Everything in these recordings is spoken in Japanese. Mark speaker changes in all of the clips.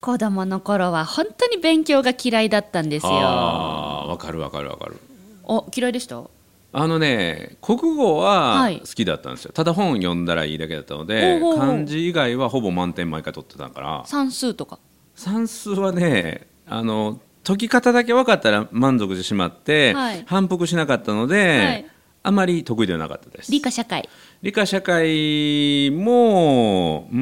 Speaker 1: 子供の頃は本当に勉強が嫌いだったんですよ。
Speaker 2: ああわかるわかるわかる
Speaker 1: お嫌いでした
Speaker 2: あのね国語は
Speaker 1: はい
Speaker 2: 好きだったんですよ、ただ本読んだらいいだけだったので
Speaker 1: ほうほうほう
Speaker 2: 漢字以外はほぼ満点毎回取ってたから
Speaker 1: 算数とか。
Speaker 2: 算数はねあの解き方だけ分かったら満足してしまって、
Speaker 1: はい
Speaker 2: 反復しなかったので、
Speaker 1: はい
Speaker 2: あまり得意ではなかったです
Speaker 1: 理科社会。
Speaker 2: 理科社会もうー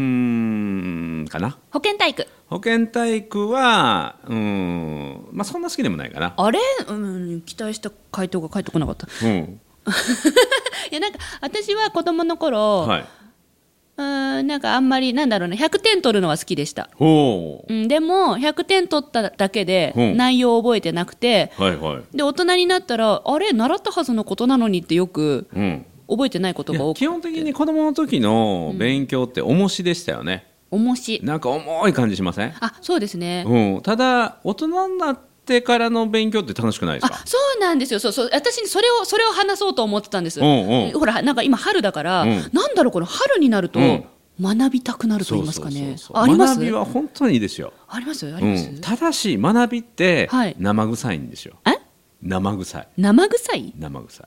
Speaker 2: んかな
Speaker 1: 保健体育。
Speaker 2: 保健体育はうーんまあそんな好きでもないかな、
Speaker 1: あれうん、期待した回答が返ってこなかった。
Speaker 2: うん
Speaker 1: いや、なんか、私は子供の頃、
Speaker 2: はい、
Speaker 1: うーん、なんかあんまり、なんだろうな、100点取るのは好きでした。
Speaker 2: ほ
Speaker 1: うん、でも、100点取っただけで
Speaker 2: う、ん
Speaker 1: 内容を覚えてなくて、
Speaker 2: うはいはい、
Speaker 1: で、大人になったら、あれ習ったはずのことなのにってよく、
Speaker 2: うん、
Speaker 1: 覚えてないこと
Speaker 2: い
Speaker 1: が
Speaker 2: や
Speaker 1: 多く
Speaker 2: 基本的に子供の時の勉強って重しでしたよね、
Speaker 1: 重し。
Speaker 2: なんか重い感じしません、
Speaker 1: あ、そうですね。
Speaker 2: うん、ただ大人になってからの勉強って楽しくないです
Speaker 1: あ
Speaker 2: か
Speaker 1: そうなんですよ、そうそう、私、それを、それを話そうと思ってたんです。
Speaker 2: うんうん
Speaker 1: ほら、なんか今、春だから、
Speaker 2: うん
Speaker 1: なんだろう、この春になると、
Speaker 2: うん
Speaker 1: 学びたくなると言いますかね。
Speaker 2: そうそうそうそう
Speaker 1: ああります
Speaker 2: 学びは本当にいいですよ、
Speaker 1: ありますあり
Speaker 2: う
Speaker 1: ます、
Speaker 2: ん、ただし学びって
Speaker 1: はい
Speaker 2: 生臭いんですよ、
Speaker 1: え
Speaker 2: 生臭い
Speaker 1: 生臭い
Speaker 2: 生臭い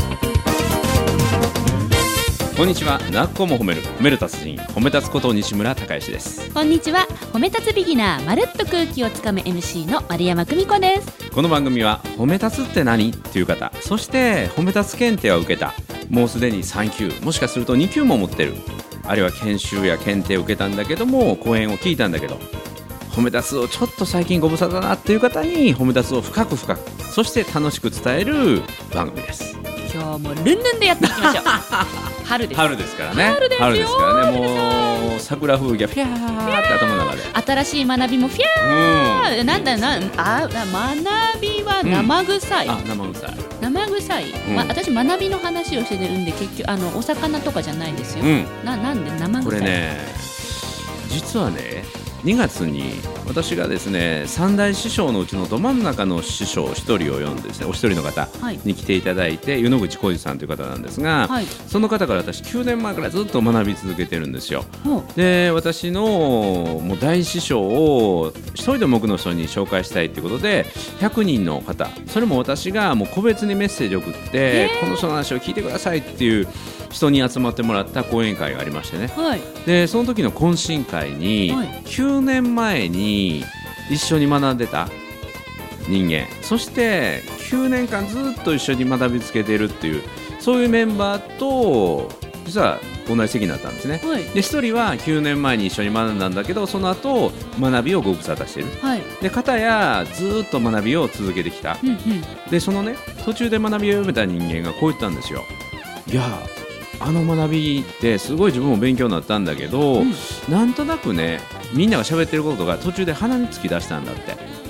Speaker 2: こんにちはなっこも褒める褒める達人褒め立つこと西村孝之です
Speaker 1: こんにちは褒め立つビギナーまるっと空気をつかむ MC の丸山久美子です
Speaker 2: この番組は褒め立つって何っていう方そして褒め立つ検定は受けたもうすでに3級もしかすると2級も持ってるあるいは研修や検定を受けたんだけども講演を聞いたんだけど褒め立つをちょっと最近ご無沙汰だなっていう方に褒め立つを深く深くそして楽しく伝える番組です
Speaker 1: 今日もルンルンでやっていきましょう 春です
Speaker 2: 春ですからね
Speaker 1: 春ですよ
Speaker 2: からねもう桜風景フィャーって頭の中で
Speaker 1: 新しい学びもフィャ
Speaker 2: う
Speaker 1: ーなんだなんああ学びは生臭い、
Speaker 2: あ生臭い
Speaker 1: 生臭い、
Speaker 2: うん
Speaker 1: まあ、私学びの話をしてるんで結局あのお魚とかじゃないですよ、
Speaker 2: うん
Speaker 1: ななんで生臭い
Speaker 2: これね実はね2月に私がですね三大師匠のうちのど真ん中の師匠1人を呼んでですねお一人の方
Speaker 1: はい
Speaker 2: に来ていただいて、湯野口浩二さんという方なんですが、
Speaker 1: はい
Speaker 2: その方から私9年前からずっと学び続けてるんですよ。
Speaker 1: ほう
Speaker 2: で私のもう大師匠を一人でも多くの人に紹介したいということで100人の方それも私がもう個別にメッセージを送って、この人の話を聞いてくださいっていう人に集まってもらった講演会がありましてね
Speaker 1: はい
Speaker 2: でその時の懇親会に、
Speaker 1: はい
Speaker 2: 9年前に一緒に学んでた人間そして9年間ずっと一緒に学びつけてるっていうそういうメンバーと実は同じ席になったんですね。
Speaker 1: はい
Speaker 2: で1人は9年前に一緒に学んだんだけどその後学びをご無沙汰してる
Speaker 1: はい
Speaker 2: で片やずっと学びを続けてきた
Speaker 1: うんうん
Speaker 2: でそのね途中で学びを読めた人間がこう言ったんですよいやあの学びってすごい自分も勉強になったんだけ
Speaker 1: う
Speaker 2: ど、
Speaker 1: ん
Speaker 2: なんとなくねみんなが喋ってることが途中で鼻に突き出したんだって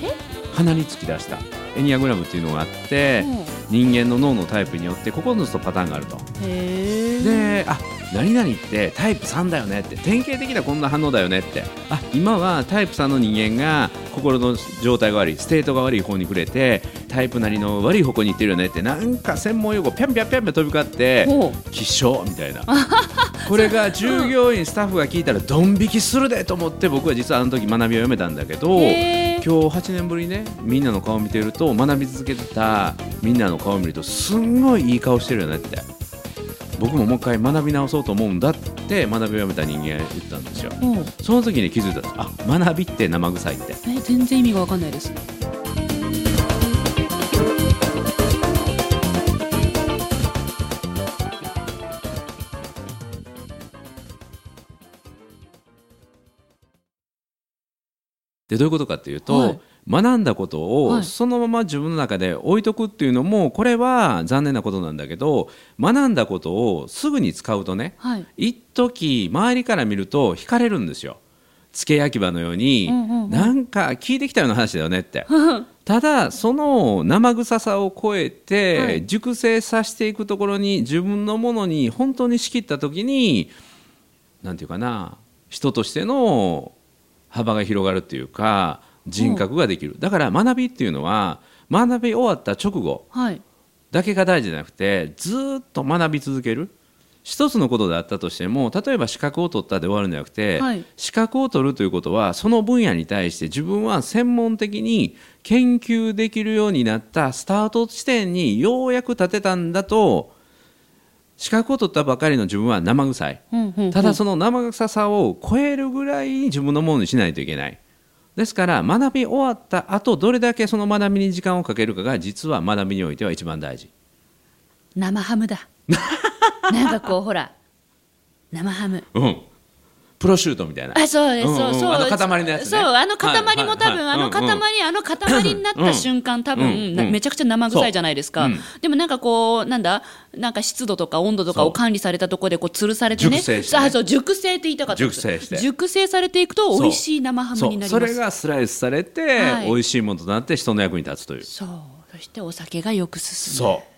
Speaker 1: え
Speaker 2: 鼻に突き出したエニアグラムっていうのがあって
Speaker 1: ほう
Speaker 2: 人間の脳のタイプによって9つのパターンがあると
Speaker 1: へえ
Speaker 2: であ何々ってタイプ3だよねって典型的なこんな反応だよねってあ今はタイプ3の人間が心の状態が悪いステートが悪い方にくれてタイプなりの悪い方向に行ってるよねってなんか専門用語ぴゃんぴゃんぴゃんぴゃん飛び交って
Speaker 1: ほ
Speaker 2: 起床みたいな こ れが従業員スタッフが聞いたらドン引きするでと思って僕は実はあの時学びを読めたんだけど
Speaker 1: う
Speaker 2: 今
Speaker 1: へ
Speaker 2: 日8年ぶりにねみんなの顔を見てると学び続けてたみんなの顔を見るとすんごいいい顔してるよねって僕ももう一回学び直そうと思うんだって学びを読めた人間が言ったんですよ
Speaker 1: えほう
Speaker 2: その時に気づいたんですあ学びって生臭いって
Speaker 1: え全然意味がわかんないです
Speaker 2: でどういうことかっていうと、
Speaker 1: はい
Speaker 2: 学んだこと
Speaker 1: は
Speaker 2: を
Speaker 1: い
Speaker 2: そのまま自分の中で置いとくっていうのもこれは残念なことなんだけど学んだことをすぐに使うとね
Speaker 1: はい
Speaker 2: 一時周りから見ると惹かれるんですよ。付け焼き場のように、
Speaker 1: うんうんうん
Speaker 2: なんか聞いてきたような話だよねってただその生臭さを超えて、
Speaker 1: はい
Speaker 2: 熟成させていくところに自分のものに本当に仕切った時になんていうかな人としての幅が広がるっていうか人格ができるだから学びっていうのは学び終わった直後
Speaker 1: はい
Speaker 2: だけが大事じゃなくてずーっと学び続ける一つのことであったとしても例えば資格を取ったで終わるんじゃなくて、
Speaker 1: はい
Speaker 2: 資格を取るということはその分野に対して自分は専門的に研究できるようになったスタート地点にようやく立てたんだと資格を取ったばかりの自分は生臭い
Speaker 1: うんうんうん
Speaker 2: ただその生臭さを超えるぐらい自分のものにしないといけないですから学び終わった後どれだけその学びに時間をかけるかが実は学びにおいては一番大事
Speaker 1: 生ハム だなんかこうほら生ハム
Speaker 2: うんプロシュートみたいな
Speaker 1: あそうです、
Speaker 2: うんうん
Speaker 1: そうそう
Speaker 2: あの塊のやつね
Speaker 1: そうあの塊
Speaker 2: はいは
Speaker 1: も
Speaker 2: い
Speaker 1: 多分、
Speaker 2: はい
Speaker 1: あの塊、
Speaker 2: うん
Speaker 1: あの塊になった瞬間多分、
Speaker 2: うん
Speaker 1: な
Speaker 2: うん
Speaker 1: めちゃくちゃ生臭いじゃないですか、
Speaker 2: そううん
Speaker 1: でもなんかこうなんだなんか湿度とか温度とか
Speaker 2: そ
Speaker 1: を
Speaker 2: う
Speaker 1: 管理されたところでこう吊るされてね
Speaker 2: 熟成してね
Speaker 1: あそう熟成って言いたかったんです
Speaker 2: 熟成して
Speaker 1: 熟成されていくと美味しい生ハムになり
Speaker 2: そう
Speaker 1: ます
Speaker 2: そ
Speaker 1: そ
Speaker 2: れ
Speaker 1: う
Speaker 2: がスライスされて、
Speaker 1: はい
Speaker 2: 美味しいものとなって人の役に立つという
Speaker 1: そしてお酒がよく進む
Speaker 2: そう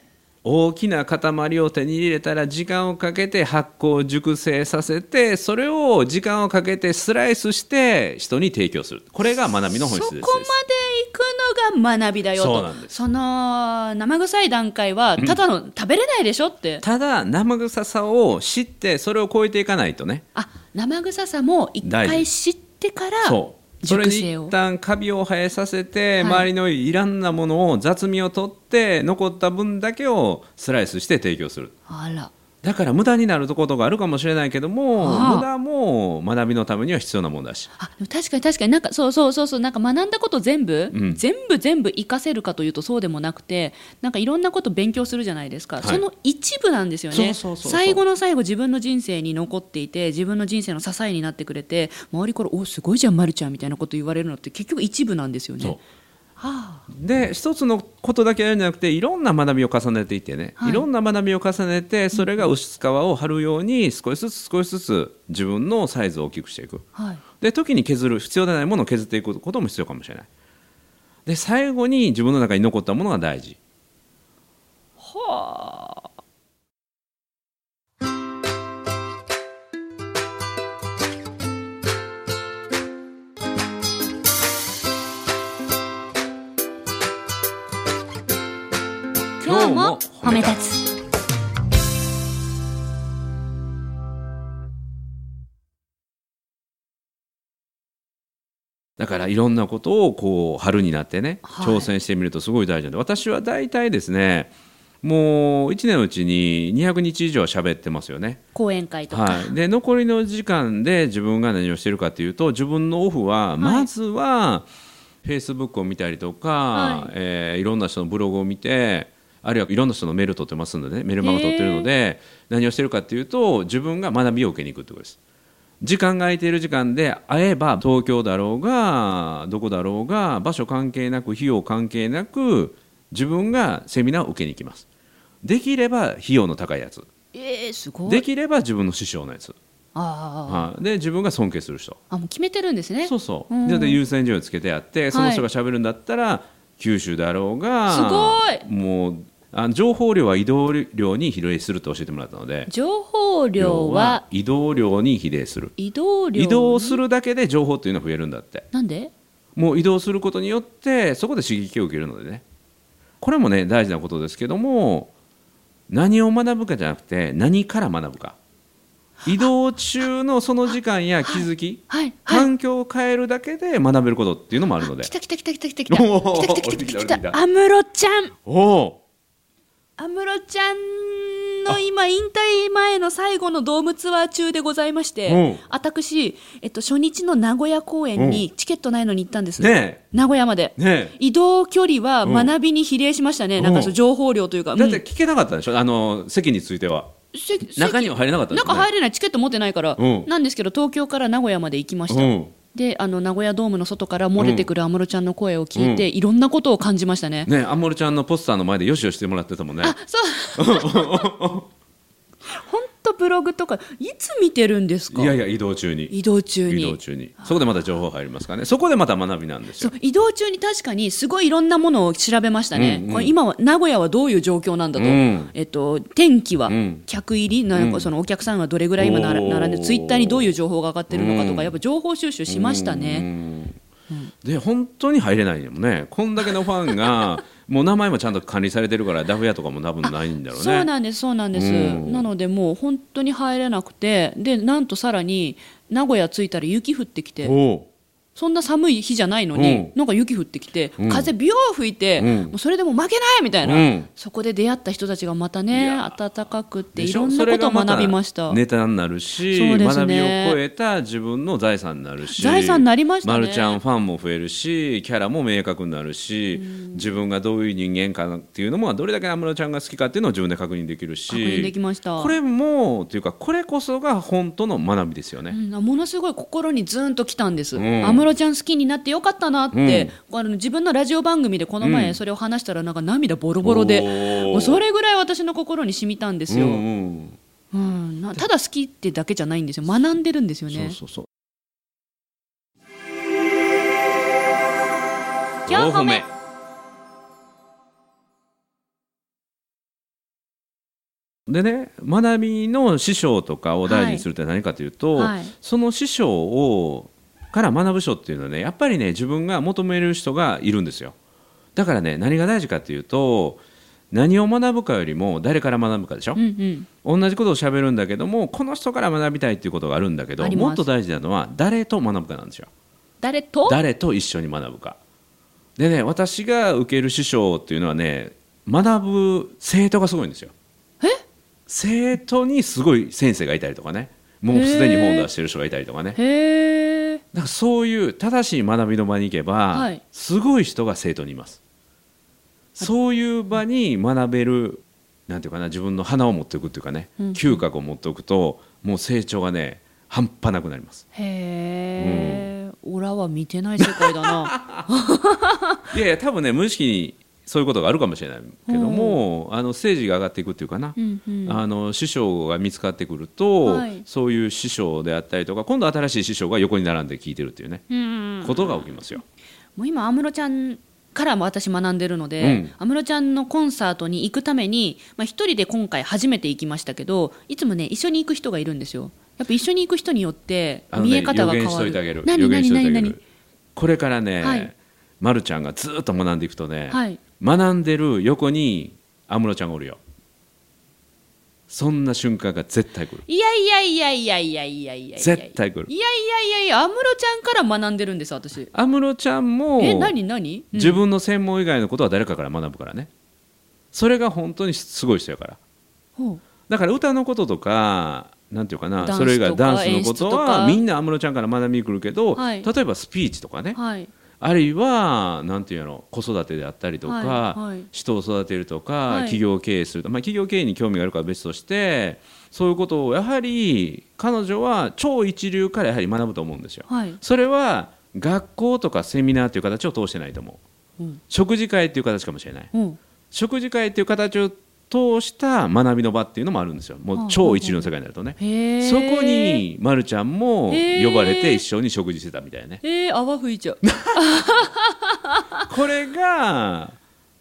Speaker 2: 大きな塊を手に入れたら時間をかけて発酵熟成させてそれを時間をかけてスライスして人に提供するこれが学びの本質
Speaker 1: そこ
Speaker 2: です
Speaker 1: まで行くのが学びだよと
Speaker 2: そうなんです
Speaker 1: その生臭い段階はただの食べれないでしょって、
Speaker 2: ただ生臭さを知ってそれを超えていかないとね
Speaker 1: あ生臭さも一回
Speaker 2: 大
Speaker 1: 知ってから
Speaker 2: そうそれ
Speaker 1: 熟
Speaker 2: に
Speaker 1: 成
Speaker 2: 一
Speaker 1: を
Speaker 2: 旦カビを生えさせ
Speaker 1: はい
Speaker 2: て、周りのいらんなものを雑味を取って残った分だけをスライスして提供する
Speaker 1: あら
Speaker 2: だから無駄になるとことがあるかもしれないけども
Speaker 1: ああ
Speaker 2: 無駄も学びのためには必要なものだし
Speaker 1: あでも確かに確かになんかそうそうそうそうなんか学んだこと全部、
Speaker 2: うん
Speaker 1: 全部全部活かせるかというとそうでもなくてなんかいろんなこと勉強するじゃないですか、
Speaker 2: はい
Speaker 1: その一部なんですよ
Speaker 2: そう
Speaker 1: ね
Speaker 2: そうそうそう
Speaker 1: 最後の最後自分の人生に残っていて自分の人生の支えになってくれて周りから「おすごいじゃんまるちゃん」みたいなこと言われるのって結局一部なんですよね。
Speaker 2: そう
Speaker 1: はあ、
Speaker 2: で一つのことだけやるんじゃなくていろんな学びを重ねていってね、
Speaker 1: はい
Speaker 2: い、ろんな学びを重ねてそれが薄皮を張るように少しずつ少しずつ自分のサイズを大きくしていく
Speaker 1: はい、
Speaker 2: で時に削る必要でないものを削っていくことも必要かもしれないで最後に自分の中に残ったものが大事
Speaker 1: 今日も褒め立つ
Speaker 2: だからいろんなことをこう春になってね
Speaker 1: はい
Speaker 2: 挑戦してみるとすごい大事なんで、私は大体ですねもう1年のうちに200日以上は喋ってますよね、
Speaker 1: 講演会とか、
Speaker 2: はい、で残りの時間で自分が何をしてるかというと自分のオフはまずはフェイスブックを見たりとか、
Speaker 1: はい
Speaker 2: いえーいろんな人のブログを見てあるいはいろんな人のメール取ってますのでねメールマガ取ってるので何をしてるかというと自分が学びを受けに行くってことです。時間が空いている時間で会えば東京だろうがどこだろうが場所関係なく費用関係なく自分がセミナーを受けに行きますできれば費用の高いやつ
Speaker 1: えー、すごい
Speaker 2: できれば自分の師匠のやつ
Speaker 1: ああ
Speaker 2: はい、で自分が尊敬する人
Speaker 1: あもう決めてるんですね
Speaker 2: そうそう、
Speaker 1: うん
Speaker 2: でで優先順位をつけてやってその人が喋るんだったら、九州だろうが
Speaker 1: す
Speaker 2: ごいもうあ情報量は移動量に比例すると教えてもらったので
Speaker 1: 情報量は
Speaker 2: 移動量に比例する
Speaker 1: 移動量
Speaker 2: 移動するだけで情報っていうのは増えるんだって
Speaker 1: なんで
Speaker 2: もう移動することによってそこで刺激を受けるのでねこれもね大事なことですけども何を学ぶかじゃなくて何から学ぶか移動中のその時間や気づき
Speaker 1: はいはい
Speaker 2: 環境を変えるだけで学べることっていうのもあるので
Speaker 1: 来た来た来た来た来た来た来
Speaker 2: おー
Speaker 1: た来た来た来た来た
Speaker 2: 降りてきた降りてきた
Speaker 1: 安室ちゃん
Speaker 2: おお
Speaker 1: 安室ちゃんの今引退前の最後のドームツアー中でございまして、
Speaker 2: うん
Speaker 1: 私、えっと、初日の名古屋公演にチケットないのに行ったんです、
Speaker 2: ね
Speaker 1: 名古屋まで、
Speaker 2: えね
Speaker 1: 移動距離は学びに比例しましたね、
Speaker 2: うん
Speaker 1: なんかその情報量というか、
Speaker 2: えだって
Speaker 1: うん
Speaker 2: 聞けなかったでしょあの席については
Speaker 1: せせ
Speaker 2: 中には入れなかったです
Speaker 1: 中
Speaker 2: よね
Speaker 1: 入れないチケット持ってないから、
Speaker 2: うん
Speaker 1: なんですけど東京から名古屋まで行きました、
Speaker 2: うん
Speaker 1: であの名古屋ドームの外から漏れてくる安室ちゃんの声を聞いて、
Speaker 2: う
Speaker 1: いろんなことを感じましたね。
Speaker 2: ねえアンモルちゃんのポスターの前でよしよししてもらってたもんね
Speaker 1: あそう本当ブログとかいつ見てるんですか
Speaker 2: いやいや移動中に
Speaker 1: 移動中に
Speaker 2: 移動中にそこでまた情報入りますからねそこでまた学びなんです
Speaker 1: そう
Speaker 2: よ
Speaker 1: 移動中に確かにすごいいろんなものを調べましたね、
Speaker 2: うんうん
Speaker 1: これ今は名古屋はどういう状況なんだと、
Speaker 2: うん
Speaker 1: えっと、天気は、
Speaker 2: ん
Speaker 1: 客入りなんかそのお客さんがどれぐらい今なら
Speaker 2: おー
Speaker 1: 並んでツイッターにどういう情報が上がってるのかとか、
Speaker 2: うん
Speaker 1: やっぱ情報収集しましたね、
Speaker 2: で本当に入れないんだもんねこんだけのファ ンがもう名前もちゃんと管理されてるからダフ屋とかも多分ないんだろうね
Speaker 1: そうなんですそうなんです、
Speaker 2: うん
Speaker 1: なのでもう本当に入れなくてでなんとさらに名古屋着いたら雪降ってきて
Speaker 2: おう
Speaker 1: そんな寒い日じゃないのに、
Speaker 2: うん
Speaker 1: なんか雪降ってきて、
Speaker 2: ん
Speaker 1: 風ビュー吹いて、
Speaker 2: うん
Speaker 1: もうそれでも負けないみたいな、
Speaker 2: うん
Speaker 1: そこで出会った人たちがまたね
Speaker 2: や
Speaker 1: 温かくって
Speaker 2: で
Speaker 1: い
Speaker 2: しょ
Speaker 1: ろんなことを学びまし
Speaker 2: それが
Speaker 1: た
Speaker 2: たネタになるし、
Speaker 1: そうです
Speaker 2: 学びを
Speaker 1: ね
Speaker 2: 超えた自分の財産になるし
Speaker 1: 財産になりましたね
Speaker 2: マルちゃんファンも増えるしキャラも明確になるし、自分がどういう人間かなっていうのもどれだけ安室ちゃんが好きかっていうのを自分で確認できるし
Speaker 1: 確認できました
Speaker 2: これもというかこれこそが本当の学びですよ
Speaker 1: う
Speaker 2: ね。
Speaker 1: んものすごい心にズーンときたんです
Speaker 2: ん
Speaker 1: 安室、ちゃん好きになってよかったなって、あの自分のラジオ番組でこの前それを話したらなんか涙ボロボロで、
Speaker 2: おー
Speaker 1: もうそれぐらい私の心に染みたんです
Speaker 2: うん
Speaker 1: よ、う
Speaker 2: うんん
Speaker 1: なただ好きってだけじゃないんですよ学んでるんですよね
Speaker 2: そうそうそう。
Speaker 3: 今日褒め
Speaker 2: でね学びの師匠とかを大事にするって何かというと、
Speaker 1: はいはい
Speaker 2: その師匠をから学ぶ書っていうのはねやっぱりね自分が求める人がいるんですよだからね何が大事かというと何を学ぶかよりも誰から学ぶかでしょ、
Speaker 1: うん
Speaker 2: 同じことを喋るんだけどもこの人から学びたいっていうことがあるんだけど
Speaker 1: あります
Speaker 2: もっと大事なのは誰と学ぶかなんですよ
Speaker 3: 誰と
Speaker 2: 誰と一緒に学ぶかでね私が受ける師匠っていうのはね学ぶ生徒がすごいんですよ生徒にすごい先生がいたりとかねもうすでに本を出してる人がいたりとかね
Speaker 1: うんへえ
Speaker 2: だからそういう正しい学びの場に行けば、
Speaker 1: はい
Speaker 2: すごい人が生徒にいますそういう場に学べるなんていうかな自分の花を持っていくっていうかね、嗅覚を持っておくともう成長がね半端なくなります
Speaker 1: へえ、オラは見てない世界だ な。
Speaker 2: いやいや多分ね無意識にそういうことがあるかもしれないけども、あのステージが上がっていくっていうかな、
Speaker 1: うんうん
Speaker 2: あの師匠が見つかってくると、
Speaker 1: はい
Speaker 2: そういう師匠であったりとか今度新しい師匠が横に並んで聞いてるっていうね、ことが起きますよ。
Speaker 1: もう今安室ちゃんからも私学んでるの
Speaker 2: う
Speaker 1: で
Speaker 2: ん、
Speaker 1: 安室、ちゃんのコンサートに行くために、まあ一人で今回初めて行きましたけど、いつもね一緒に行く人がいるんですよ。やっぱ一緒に行く人によって
Speaker 2: あのね
Speaker 1: 見え方が変
Speaker 2: 予言し
Speaker 1: わ
Speaker 2: と
Speaker 1: る。
Speaker 2: いてあげる
Speaker 1: 何
Speaker 2: 予言し
Speaker 1: 何
Speaker 2: といて
Speaker 1: 何
Speaker 2: あげる
Speaker 1: 何？
Speaker 2: これからね、
Speaker 1: はい
Speaker 2: ま、るちゃんがずっと学んでいくとね、
Speaker 1: はい
Speaker 2: 学んでる横に安室ちゃんがおるよそんな瞬間が絶対来る
Speaker 1: いやいやいやいやいやいやいやいや。
Speaker 2: 絶対来る
Speaker 1: いやいやいやいや安室ちゃんから学んでるんです私。
Speaker 2: 安室ちゃんも
Speaker 1: え何何？うん
Speaker 2: 自分の専門以外のことは誰かから学ぶからねそれが本当にすごい人やから
Speaker 1: ほう
Speaker 2: だから歌のこととかなんていうかな
Speaker 1: ダンスとか
Speaker 2: それ以外ダンスのこと
Speaker 1: 演出とか
Speaker 2: はみんな安室ちゃんから学びに来るけど、
Speaker 1: はい
Speaker 2: 例えばスピーチとかね、
Speaker 1: はい。
Speaker 2: あるいはなんていうの子育てであったりとか、
Speaker 1: はいはい
Speaker 2: 人を育てるとか、
Speaker 1: い
Speaker 2: 企業経営するとか、まあ、企業経営に興味があるから別としてそういうことをやはり彼女は超一流からやはり学ぶと思うんですよ。
Speaker 1: はい
Speaker 2: それは学校とかセミナーという形を通してないと思う、
Speaker 1: うん
Speaker 2: 食事会という形かもしれない
Speaker 1: うん
Speaker 2: 食事会という形を通した学びの場っていうのもあるんですよもう超一流の世界になるとね、
Speaker 1: へえ。
Speaker 2: そこにまるちゃんも
Speaker 1: へー
Speaker 2: 呼ばれて一緒に食事してたみたいなね
Speaker 1: えー、泡吹いちゃう。
Speaker 2: これが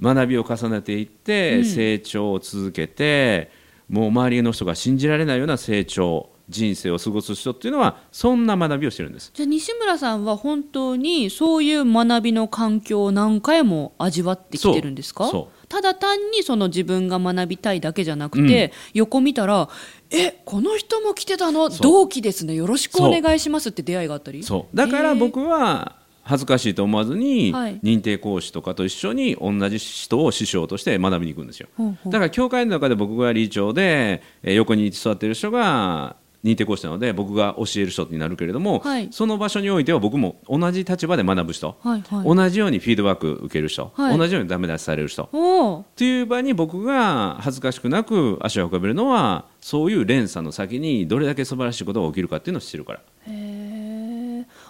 Speaker 2: 学びを重ねていって、成長を続けてもう周りの人が信じられないような成長人生を過ごす人っていうのはそんな学びをしてるんです。
Speaker 1: じゃあ西村さんは本当にそういう学びの環境を何回も味わってきてるんですか
Speaker 2: そうそ
Speaker 1: ただ単にその自分が学びたいだけじゃなくて、横見たら「えこの人も来てたの
Speaker 2: そう
Speaker 1: 同期ですねよろしくお願いします」って出会いがあったり
Speaker 2: そうだから僕は恥ずかしいと思わずに、
Speaker 1: はい
Speaker 2: 認定講師とかと一緒に同じ人を師匠として学びに行くんですよ
Speaker 1: ほうほう
Speaker 2: だから教会の中で僕が理事長でえー横に座ってる人が認定講師なので僕が教える人になるけれども、
Speaker 1: はい
Speaker 2: その場所においては僕も同じ立場で学ぶ人、
Speaker 1: はいはい
Speaker 2: 同じようにフィードバック受ける人、
Speaker 1: はい
Speaker 2: 同じようにダメ出しされる人
Speaker 1: おー
Speaker 2: っていう場に僕が恥ずかしくなく足を運べるのはそういう連鎖の先にどれだけ素晴らしいことが起きるかっていうのを知ってるから。
Speaker 1: へー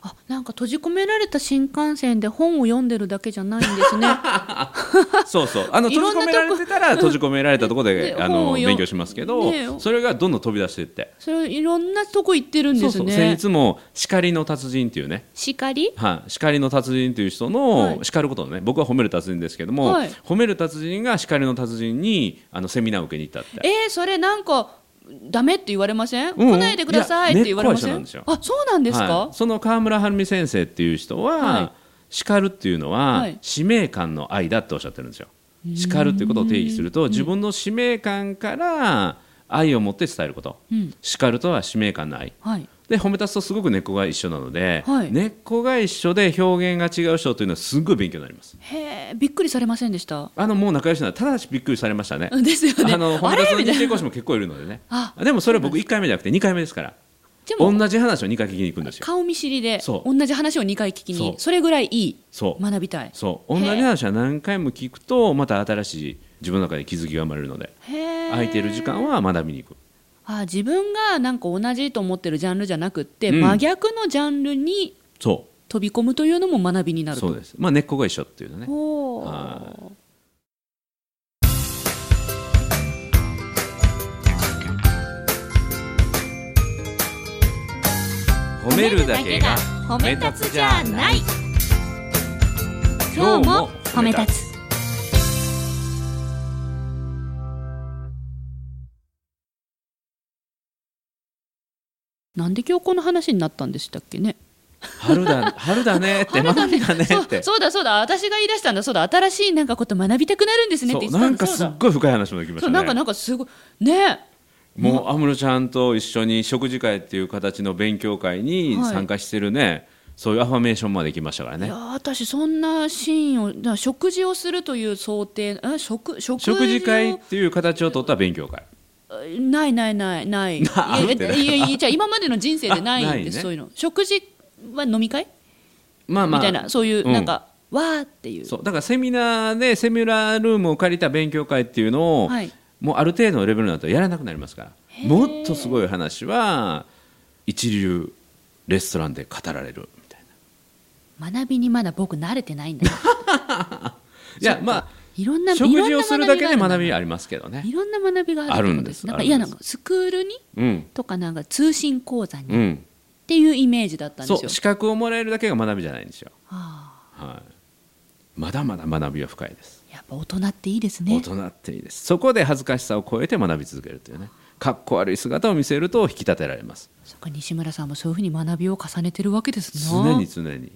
Speaker 1: あなんか閉じ込められた新幹線で本を読んでるだけじゃないんです ね
Speaker 2: そうそうあの
Speaker 1: いろ
Speaker 2: 閉
Speaker 1: ん
Speaker 2: じ
Speaker 1: な
Speaker 2: 込められてたら閉じ込められたところで
Speaker 1: ね
Speaker 2: あの
Speaker 1: 本を読
Speaker 2: 勉強しますけど、
Speaker 1: ね
Speaker 2: それがどんどん飛び出していって、
Speaker 1: それいろんなとこ行ってるん
Speaker 2: そ
Speaker 1: で
Speaker 2: う
Speaker 1: す
Speaker 2: そう
Speaker 1: ね
Speaker 2: 先日も「叱りの達人」っていうね
Speaker 1: 叱り
Speaker 2: はい、叱りの達人という人
Speaker 1: は
Speaker 2: の
Speaker 1: い
Speaker 2: 叱ることのね、僕は褒める達人ですけども、
Speaker 1: はい
Speaker 2: 褒める達人が叱りの達人にあのセミナーを受けに行ったって
Speaker 1: えー、それなんかダメって言われません、
Speaker 2: うん
Speaker 1: 来ないでくださいって言われません
Speaker 2: いや根っこは一緒なんです
Speaker 1: あそうなんですか、
Speaker 2: はいその川村晴美先生っていう人は、
Speaker 1: はい
Speaker 2: 叱るっていうのは、
Speaker 1: はい
Speaker 2: 使命感の愛だっておっしゃってるんですよ叱るっていうことを定義すると自分の使命感から愛を持って伝えること、
Speaker 1: うん
Speaker 2: 叱るとは使命感の愛
Speaker 1: はい
Speaker 2: で褒めたすとすごく根っこが一緒なので、
Speaker 1: はい
Speaker 2: 根っこが一緒で表現が違う人というのはすごい勉強になります
Speaker 1: へえびっくりされませんでした
Speaker 2: あのもう仲良しならただしびっくりされましたね
Speaker 1: うんですよ ね
Speaker 2: あの
Speaker 1: あ
Speaker 2: 本田
Speaker 1: れ
Speaker 2: さん
Speaker 1: み
Speaker 2: の
Speaker 1: たいな
Speaker 2: 成功者も結構いるのでね
Speaker 1: あ
Speaker 2: でもそれは僕1回目じゃなくて2回目ですから
Speaker 1: でも
Speaker 2: 同じ話を2回聞きに行くんですよ
Speaker 1: 顔見知りで
Speaker 2: そ
Speaker 1: 同
Speaker 2: う
Speaker 1: じ話を2回聞きに
Speaker 2: そう
Speaker 1: それぐらいいい
Speaker 2: そう
Speaker 1: 学びたい
Speaker 2: そう同じ話は何回も聞くとまた新しい自分の中で気づきが生まれるので
Speaker 1: へえ
Speaker 2: 空いてる時間は学びに行く
Speaker 1: あ自分がなんか同じと思ってるジャンルじゃなくって、
Speaker 2: うん
Speaker 1: 真逆のジャンルに
Speaker 2: そ
Speaker 1: 飛び込むというのも学びにな
Speaker 2: う
Speaker 1: ると
Speaker 2: そうですまあ根っこが一緒っていうね
Speaker 1: ほう
Speaker 2: は褒めるだけが
Speaker 3: 褒
Speaker 2: め立つじゃない
Speaker 3: 今日も褒め立
Speaker 2: つ
Speaker 3: つ
Speaker 1: なんで今日この話になったんでしたっけね
Speaker 2: 春だ春だ ねって学びだね
Speaker 1: そ
Speaker 2: っ
Speaker 1: う
Speaker 2: て
Speaker 1: そうだそうだ私が言い出したんだそうだ新しいなんかこと学びたくなるんですねっ
Speaker 2: そ
Speaker 1: て言っ
Speaker 2: う
Speaker 1: てた
Speaker 2: なんん
Speaker 1: だ
Speaker 2: か
Speaker 1: そう
Speaker 2: すっ
Speaker 1: だ
Speaker 2: ごい深い話もできまし
Speaker 1: そ
Speaker 2: た
Speaker 1: う
Speaker 2: ね
Speaker 1: なんかなんかすごいね
Speaker 2: もう安室ちゃんと一緒に食事会っていう形の勉強会に
Speaker 1: はい
Speaker 2: 参加してるね、そういうアファメーションまで来ましたから
Speaker 1: い
Speaker 2: ね
Speaker 1: やー私そんなシーンをだ食事をするという想定え食食事を
Speaker 2: 食事会っていう形を取った勉強会
Speaker 1: ないないないないい
Speaker 2: な
Speaker 1: やい
Speaker 2: あって
Speaker 1: や
Speaker 2: ない
Speaker 1: いやいやじゃあ今までの人生でないん
Speaker 2: あない
Speaker 1: で
Speaker 2: ね
Speaker 1: す、そういうの食事は飲み会、
Speaker 2: まあまあ
Speaker 1: みたいなそういう
Speaker 2: うん
Speaker 1: なんか、わーっていう
Speaker 2: そうだからセミナーでセミナールームを借りた勉強会っていうのを、
Speaker 1: はい
Speaker 2: もうある程度のレベルになるとやらなくなりますからもっとすごい話は一流レストランで語られるみたいな
Speaker 1: 学びにまだ僕慣れてないん だよ
Speaker 2: いやま
Speaker 1: いろんな
Speaker 2: あ食
Speaker 1: い
Speaker 2: 事
Speaker 1: ろん
Speaker 2: を
Speaker 1: な
Speaker 2: するだけで
Speaker 1: があ
Speaker 2: 学
Speaker 1: るん
Speaker 2: び
Speaker 1: だ
Speaker 2: ありますけどね
Speaker 1: いろんな学びがあるって
Speaker 2: ある
Speaker 1: こと
Speaker 2: ん
Speaker 1: で
Speaker 2: ですす
Speaker 1: なん
Speaker 2: あ
Speaker 1: か
Speaker 2: るん
Speaker 1: いや
Speaker 2: で
Speaker 1: なん
Speaker 2: す
Speaker 1: かスクールに
Speaker 2: うん
Speaker 1: とかなんか通信講座に、
Speaker 2: う
Speaker 1: っ
Speaker 2: ん
Speaker 1: ていうイメージだったんで
Speaker 2: そ
Speaker 1: すよ
Speaker 2: う資格をもらえるだけが学びじゃないんですよ
Speaker 1: あ
Speaker 2: はい、まだまだ学びは深いです、
Speaker 1: ーやっぱ大人っていいですね
Speaker 2: 大人っていいですそこで恥ずかしさを超えて学び続けるというねかっこ悪い姿を見せると引き立てられます
Speaker 1: そっか西村さんもそういうふうに学びを重ねてるわけですな
Speaker 2: 常に常に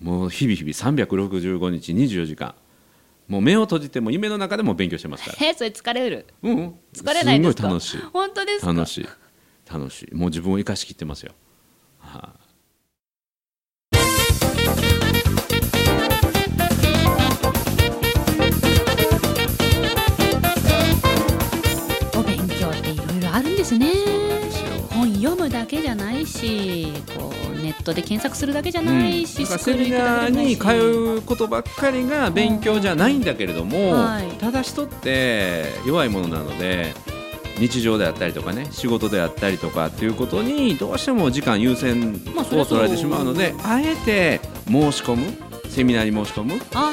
Speaker 2: もう日々日々365日24時間もう目を閉じても夢の中でも勉強してます から
Speaker 1: えそれ疲れる
Speaker 2: うんうん
Speaker 1: 疲れないですか
Speaker 2: ごい楽しい
Speaker 1: 本当ですか
Speaker 2: 楽しい楽しいもう自分を生かしきってますよ、は
Speaker 1: お勉強っていろいろあるんですね
Speaker 2: いですよ
Speaker 1: 本読むだけじゃないしこうネットで検索するだけじゃないし、
Speaker 2: だから
Speaker 1: スクー
Speaker 2: セ
Speaker 1: ル
Speaker 2: ミ
Speaker 1: 行くだ
Speaker 2: ナー
Speaker 1: けじゃない
Speaker 2: に
Speaker 1: し
Speaker 2: 通うことばっかりが勉強じゃないんだけれども、
Speaker 1: はい
Speaker 2: ただ人って弱いものなので日常であったりとかね仕事であったりとかっていうことにどうしても時間優先
Speaker 1: まあ
Speaker 2: を
Speaker 1: そりゃそう
Speaker 2: 取られてしまうので、あえて申し込むセミナーに申し込む
Speaker 1: あ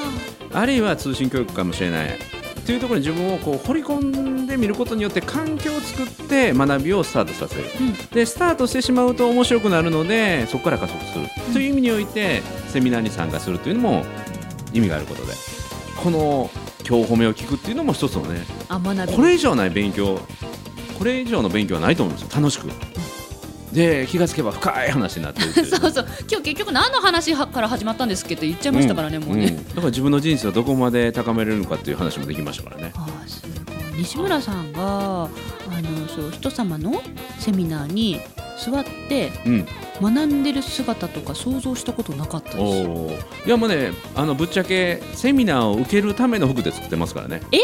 Speaker 2: あるいは通信教育かもしれないというところに自分をこう掘り込んでみることによって環境を作って学びをスタートさせる。
Speaker 1: あ、うん、
Speaker 2: でスタートしてしまうと面白くなるのでそこから加速する、という意味においてセミナーに参加するというのも意味があることでこの今日褒めを聞くっていうのも一つのね
Speaker 1: あ学び
Speaker 2: これ以上ない勉強これ以上の勉強はないと思うんですよ楽しくで気がつけば深い話になってるって い
Speaker 1: そうそう今日結局何の話はから始まったんですっけって言っちゃいましたからね、もうね、
Speaker 2: んんだから自分の人生をどこまで高めれるのかっていう話もできましたからね
Speaker 1: ああすごい西村さんがあのそう人様のセミナーに座って
Speaker 2: うん
Speaker 1: 学んでる姿とか想像したことなかったです
Speaker 2: おーいやもうねあのぶっちゃけセミナーを受けるための服で作ってますからね
Speaker 1: え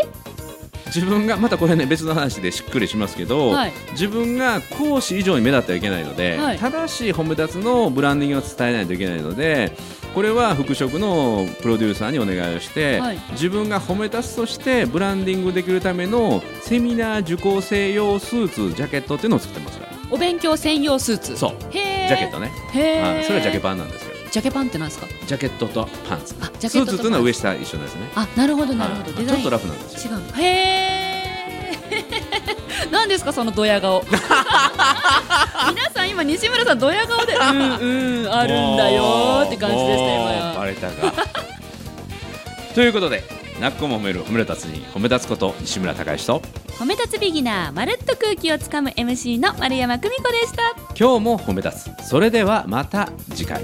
Speaker 2: 自分がまたこれね別の話でしっくりしますけど、
Speaker 1: はい
Speaker 2: 自分が講師以上に目立ってはいけないので、
Speaker 1: はい
Speaker 2: 正しい褒め立つのブランディングを伝えないといけないのでこれは服飾のプロデューサーにお願いをして、
Speaker 1: はい
Speaker 2: 自分が褒め立つとしてブランディングできるためのセミナー受講生用スーツジャケットっていうのを作ってますから
Speaker 1: お勉強専用スーツ
Speaker 2: そう
Speaker 1: へえ
Speaker 2: ジャケットね、
Speaker 1: へ
Speaker 2: は
Speaker 1: え
Speaker 2: い、それはジャケパンなんですよ
Speaker 1: ジャケパンってなんですか
Speaker 2: ジャケットとパンツ
Speaker 1: あジャケットとパンツ
Speaker 2: スーツというのは上下一緒なんですね
Speaker 1: あなるほどなるほど、
Speaker 2: はい
Speaker 1: デ
Speaker 2: ち
Speaker 1: ザ
Speaker 2: ょ
Speaker 1: イ
Speaker 2: っ
Speaker 1: ン
Speaker 2: とラフなんですよ
Speaker 1: 違うのへえ 何ですかそのドヤ 顔皆さん今西村さんドヤ顔で うんうんあるんだよーって感じでした
Speaker 2: もうバ
Speaker 1: 今
Speaker 2: レたかということでなっこも褒める褒め立つに褒め立つこと西村孝之と
Speaker 3: 褒め立つビギナーまるっと空気をつかむ MC の丸山久美子でした
Speaker 2: 今日も褒め立つそれではまた次回